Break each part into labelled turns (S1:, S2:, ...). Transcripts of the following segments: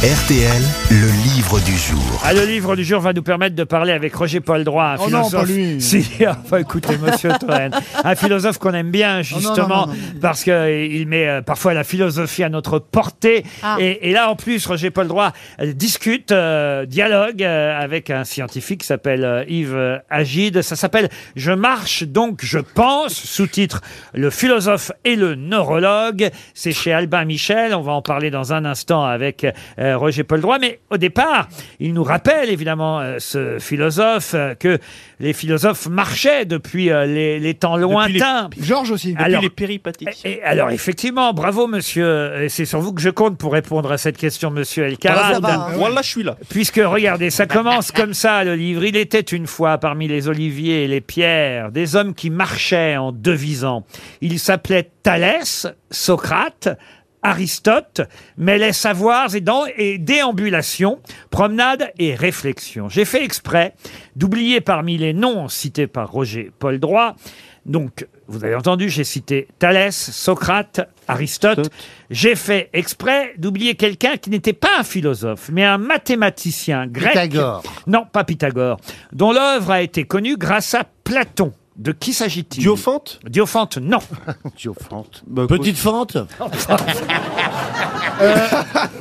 S1: RTL, le livre du jour.
S2: Ah, le livre du jour va nous permettre de parler avec Roger Paul Droit, un
S3: Oh non,
S2: philosophe.
S3: pas lui.
S2: Si, enfin, écoutez, monsieur Toen, un philosophe qu'on aime bien,
S3: Oh non, non,
S2: justement,
S3: non,
S2: parce qu'il met euh, parfois la philosophie à notre portée.
S4: Ah.
S2: Et, et là, en plus, Roger Paul Droit euh, discute, euh, dialogue euh, avec un scientifique qui s'appelle euh, Yves euh, Agide. Ça s'appelle Je marche donc, je pense, sous-titre Le philosophe et le neurologue. C'est chez Albin Michel. On va en parler dans un instant avec euh, Roger Paul Droit. Mais au départ, il nous rappelle évidemment euh, ce philosophe euh, que les philosophes marchaient depuis euh, les, les temps lointains.
S3: Georges aussi.
S2: Alors,
S5: Eh,
S6: péripathiques.
S2: et- et alors effectivement, bravo monsieur, Et c'est sur vous que je compte pour répondre à cette question monsieur El Kharat.
S4: ça va,
S5: ah
S4: hein.
S6: Voilà, je suis là.
S2: Puisque regardez, ça commence comme ça le livre. Il était une fois parmi les oliviers et les pierres des hommes qui marchaient en devisant. Ils s'appelaient Thalès, Socrate, Aristote, mêlaient savoirs et, dents- et déambulations, promenades et réflexions. J'ai fait exprès d'oublier parmi les noms cités par Roger Paul Droit. Donc, vous avez entendu, j'ai cité Thalès, Socrate, Aristote. J'ai fait exprès d'oublier quelqu'un qui n'était pas un philosophe, mais un mathématicien grec.
S3: Pythagore.
S2: Non, pas Pythagore. Dont l'œuvre a été connue grâce à Platon. De qui s'agit-il
S6: Diophante
S2: Diophante, non. Bah,
S6: Petite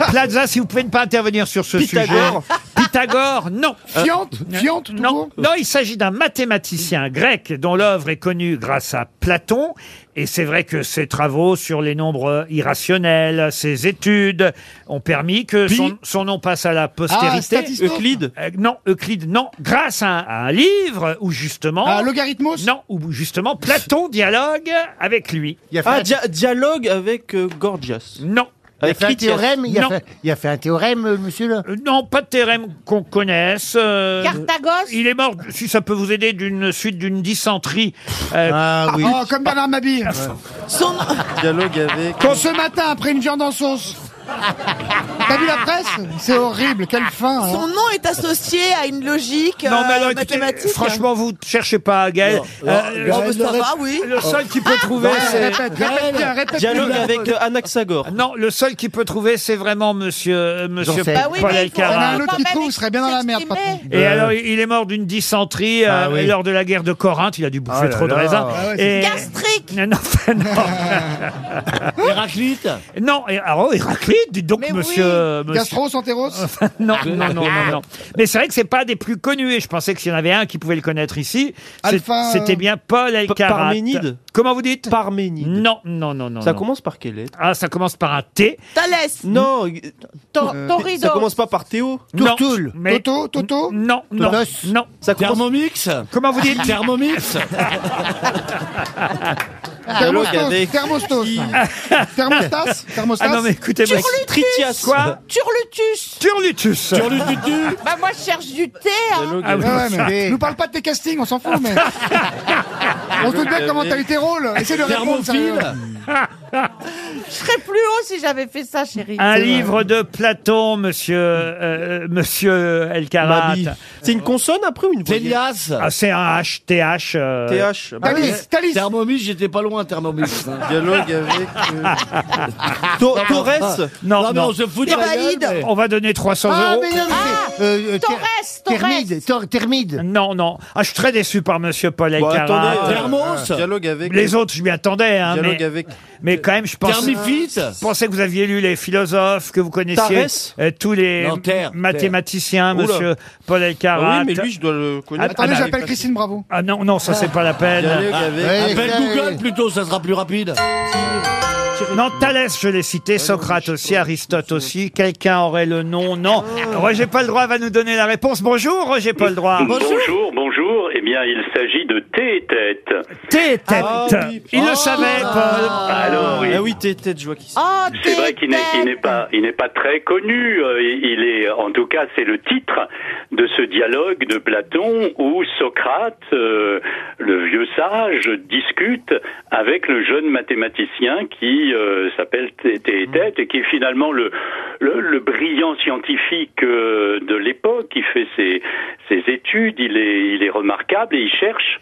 S2: Plaza, si vous pouvez ne pas intervenir sur ce
S6: Pythagore.
S2: sujet. Pythagore, non.
S3: Fiante Fiante tout
S2: euh, Non,
S3: court
S2: non, il s'agit d'un mathématicien grec dont l'œuvre est connue grâce à Platon. Et c'est vrai que ses travaux sur les nombres irrationnels, ses études, ont permis que son, son nom passe à la
S3: Ah,
S2: postérité.
S3: statistique.
S6: Euclide.
S2: Euh, non, Euclide, non. Grâce à un, à un livre où justement...
S3: Ah, logarithmos
S2: Oh. non, où justement Platon dialogue avec lui.
S5: Il a fait,
S6: Ah,
S5: un,
S6: dia- dialogue avec euh, Gorgias.
S2: Non.
S5: il a
S6: Avec
S5: fait un
S6: Critias.
S5: théorème, il
S2: Non.
S5: a, fait, il a fait un théorème, euh, monsieur là.
S2: Euh, Non, pas de théorème qu'on connaisse. euh,
S4: Carthagos
S2: il est mort, si ça peut vous aider, d'une suite d'une dysenterie euh,
S5: Ah oh. oui.
S3: Oh, comme Bernard Mabille.
S2: Ah.
S6: Dialogue avec.
S3: Qu'on ce matin après une viande en sauce. T'as vu la presse C'est horrible, quelle fin. hein.
S7: Son nom est associé à une logique
S2: Non, mais alors,
S7: euh,
S2: écoutez,
S7: mathématique.
S2: franchement, vous ne cherchez pas, Gaël. Euh,
S7: Oh, bah, ça va, oui.
S2: le seul qui peut trouver, c'est...
S3: Ah, Répète, répète bien, répète
S6: Dialogue
S3: bien.
S6: avec euh, Anaxagore.
S2: Non, le seul qui peut trouver, c'est vraiment monsieur, euh, monsieur
S5: Janssen.
S7: Bah oui,
S2: Paul
S7: mais il faut-
S3: Il y en a
S2: Elkarat.
S3: un autre qui trouve, il serait bien dans la merde. par contre.
S2: Et alors, il est mort d'une dysenterie euh,
S5: Ah oui.
S2: lors de la guerre de Corinthe. Il a dû bouffer
S5: Ah là
S2: trop de
S5: là.
S2: raisins.
S3: Ah ouais,
S2: Et-
S7: Gastrique
S2: Non, non,
S5: Héraclite.
S2: non, et- alors, Héraclite, dites donc,
S7: Mais oui.
S2: monsieur, monsieur-
S3: Gastro, Santéros
S2: Non, non, non, non, non. Mais c'est vrai que c'est pas des plus connus et je pensais que s'il y en avait un qui pouvait le connaître ici, c'est-
S3: Alpha, euh,
S2: c'était bien Paul Elkarat.
S6: Parménide
S2: Comment vous dites
S6: Parménide.
S2: Non, non, non, non.
S6: Ça
S2: non.
S6: commence par quelle lettre
S2: Ah, ça commence par un T.
S7: Thalès
S6: Non, euh,
S4: Tor-
S3: Euh,
S6: ça
S4: Torridor.
S6: commence pas par Théo.
S2: Non,
S5: Tourtoul.
S2: mais- Mmh.
S3: Toto, Toto
S2: Non, non,
S5: Tonos.
S2: non.
S6: Ça commence
S8: Thermomix
S2: Comment vous dites
S8: Thermomix
S6: dialogue
S3: Thermostos,
S6: avec-
S3: Thermostos. Thermostas
S2: Ah non,
S3: Thermostas
S2: mais écoutez, moi,
S6: Critias.
S2: quoi
S7: Turlutus
S2: Turlutus
S8: Turlututu
S7: Bah moi je cherche du thé hein.
S6: Dialogue
S2: Ah
S6: avec-
S2: oui.
S3: Ouais, ouais, mais nous parle pas de tes castings, on s'en fout, mais. on se doute bien comment t'as eu tes rôles. Essaye de répondre. sérieux.
S8: Thermophile
S7: Je serais plus haut si j'avais fait ça chérie.
S2: Un livre de Platon, monsieur, euh, monsieur Elkarat.
S6: Babi. C'est une consonne après ou une voyelle
S8: Télias
S2: Ah, c'est un H, TH. euh,
S6: TH. Bah oui.
S3: Thalys, Thalys.
S8: Thermomix, j'étais pas loin, Thermomix. hein.
S6: Dialogue avec. euh, To- Torres.
S2: Non,
S8: non, mais
S2: non.
S8: on se fout de la
S7: Thébaïde.
S8: gueule, mais-
S2: On va donner 300
S5: Ah,
S2: euros.
S5: mais non, mais c'est. euh, euh,
S4: Torres,
S5: ther-
S4: Torres.
S5: Thermide, tor- Thermide.
S2: Non, non. Ah, je suis très déçu par monsieur Paul
S6: Bon,
S2: Elkarat.
S6: attendez, euh,
S8: Thermos
S6: Dialogue avec.
S2: Les autres, je m'y attendais, hein,
S6: Dialogue
S2: mais,
S6: avec.
S2: mais quand même, je pense.
S8: Thermifite
S2: Je pensais que vous aviez lu les philosophes, que vous connaissiez
S6: Tarès
S2: euh, tous les
S8: Non, Terre,
S2: mathématiciens,
S6: Terre.
S2: monsieur Paul Elkarat.
S6: Ah oui, mais lui, je dois le connaître.
S3: Attendez,
S2: Ah,
S3: j'appelle Christine Bravo.
S2: Ah non, non, ça c'est pas la peine.
S6: Dialogue avec. Ah,
S5: Ouais,
S8: Appelle
S5: ça,
S8: Google
S5: oui.
S8: plutôt, ça sera plus rapide.
S2: Non, Thalès, je l'ai
S6: Ah,
S2: cité, Socrate aussi, Aristote aussi. Quelqu'un aurait le nom Non.
S6: Ah.
S2: Roger Paul Droit va nous donner la réponse. Bonjour, Roger Paul Droit.
S9: Bonjour, bonjour. Eh bien, il s'agit de thé et tête.
S2: T'es tête.
S6: Ah oui.
S2: Il le savait, Paul.
S9: Alors, il-
S6: Ah oui, t'es tête, je vois qui c'est.
S7: Oh,
S9: c'est vrai qu'il n'est, il n'est pas, il n'est pas très connu. Euh, il- Il est, en tout cas, c'est le titre de ce dialogue de Platon où Socrate, euh, le vieux sage, discute avec le jeune mathématicien qui euh, s'appelle Théétète et qui est finalement le, le, le brillant scientifique euh, de l'époque qui fait ses, ses études. Il est, il est remarquable et il cherche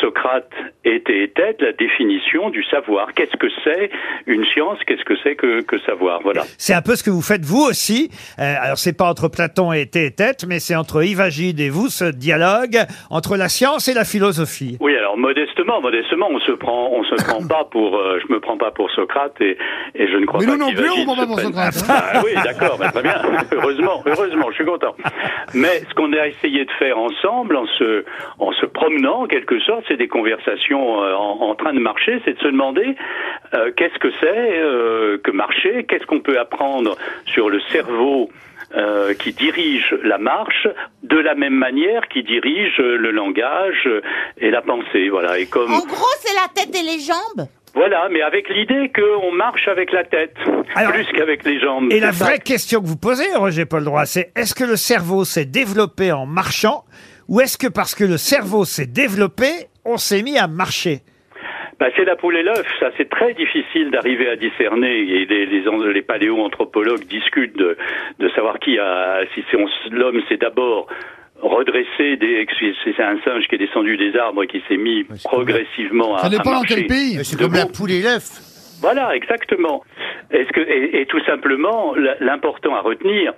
S9: Socrate était, était la définition du savoir. Qu'est-ce que c'est une science Qu'est-ce que c'est que, que savoir Voilà.
S2: C'est un peu ce que vous faites vous aussi. Euh, alors c'est pas entre Platon et Thétète, mais c'est entre Ivagide et vous ce dialogue entre la science et la philosophie.
S9: Oui, alors modestement, modestement, on se prend, on se prend pas pour, euh, je me prends pas pour Socrate et, et je ne crois
S3: Mais
S9: pas.
S3: nous non
S9: qu'Ivagide
S3: plus, on prend
S9: se
S3: pas pour
S9: prenne-
S3: Socrate,
S9: Ah, oui, d'accord, bah, très bien. Heureusement, heureusement, je suis content. Mais ce qu'on a essayé de faire ensemble, en se, en se promenant en quelque sorte, c'est des conversations euh, en, en train de marcher, c'est de se demander euh, qu'est-ce que c'est euh, que marcher, qu'est-ce qu'on peut apprendre sur le cerveau euh, qui dirige la marche de la même manière qui dirige euh, le langage euh, et la pensée. Voilà. Et comme
S2: Oh.
S7: En gros, c'est la tête et les jambes.
S9: voilà, mais avec l'idée qu'on marche avec la tête
S2: Alors-
S9: plus qu'avec les jambes.
S2: Et la
S9: C'est ça.
S2: vraie question que vous posez, Roger Paul Droit, c'est est-ce que le cerveau s'est développé en marchant ou est-ce que parce que le cerveau s'est développé, on s'est mis à marcher
S9: Bah, c'est la poule et l'œuf, ça c'est très difficile d'arriver à discerner et les, les, an- les paléo-anthropologues discutent de, de savoir qui a, si c'est on s- l'homme c'est d'abord redressé des, si c'est un singe qui est descendu des arbres et qui s'est mis progressivement à,
S3: Ça
S9: à
S3: dépend dans
S9: marcher.
S3: quel pays.
S5: Mais C'est comme la poule et l'œuf.
S9: Voilà, exactement. Est-ce que, et, et tout simplement, l- l'important à retenir,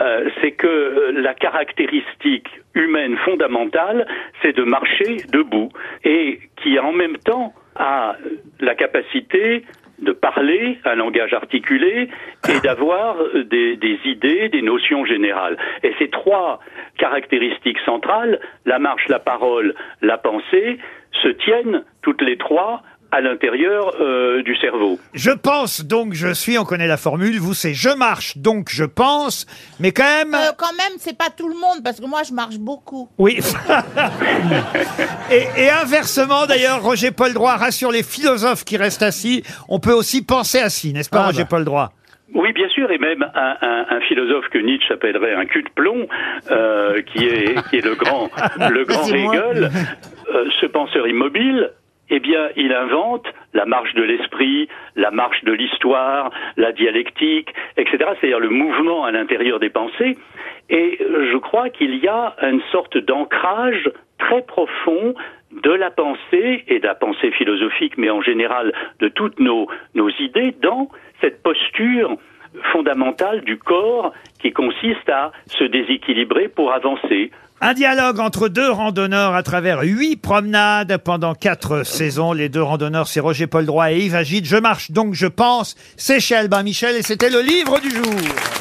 S9: euh, c'est que euh, la caractéristique humaine fondamentale, c'est de marcher debout et qui en même temps a la capacité de parler un langage articulé et d'avoir des, des idées, des notions générales. Et ces trois caractéristiques centrales, la marche, la parole, la pensée, se tiennent toutes les trois à l'intérieur euh, du cerveau.
S2: Je pense donc je suis, on connaît la formule, vous c'est je marche donc je pense, mais quand même...
S7: Euh, quand même, c'est pas tout le monde, parce que moi, je marche beaucoup.
S2: Oui. et, et inversement, d'ailleurs, Roger Paul Droit rassure les philosophes qui restent assis. On peut aussi penser assis, n'est-ce pas,
S5: Ah,
S2: Roger
S5: bah.
S2: Paul Droit
S9: Oui, bien sûr, et même un, un- un philosophe que Nietzsche appellerait un cul de plomb, euh, qui, est, qui est le grand, le grand
S5: C'est moi.
S9: Hegel, euh, ce penseur immobile, eh bien, il invente la marche de l'esprit, la marche de l'histoire, la dialectique, etc., c'est-à-dire le mouvement à l'intérieur des pensées, et euh, je crois qu'il y a une sorte d'ancrage très profond de la pensée et de la pensée philosophique, mais en général de toutes nos, nos idées, dans cette posture fondamentale du corps qui consiste à se déséquilibrer pour avancer.
S2: Un dialogue entre deux randonneurs à travers huit promenades pendant quatre saisons. Les deux randonneurs, c'est Roger Paul Droit et Yves Agide. Je marche donc, je pense. C'est chez Albin Michel et c'était le livre du jour.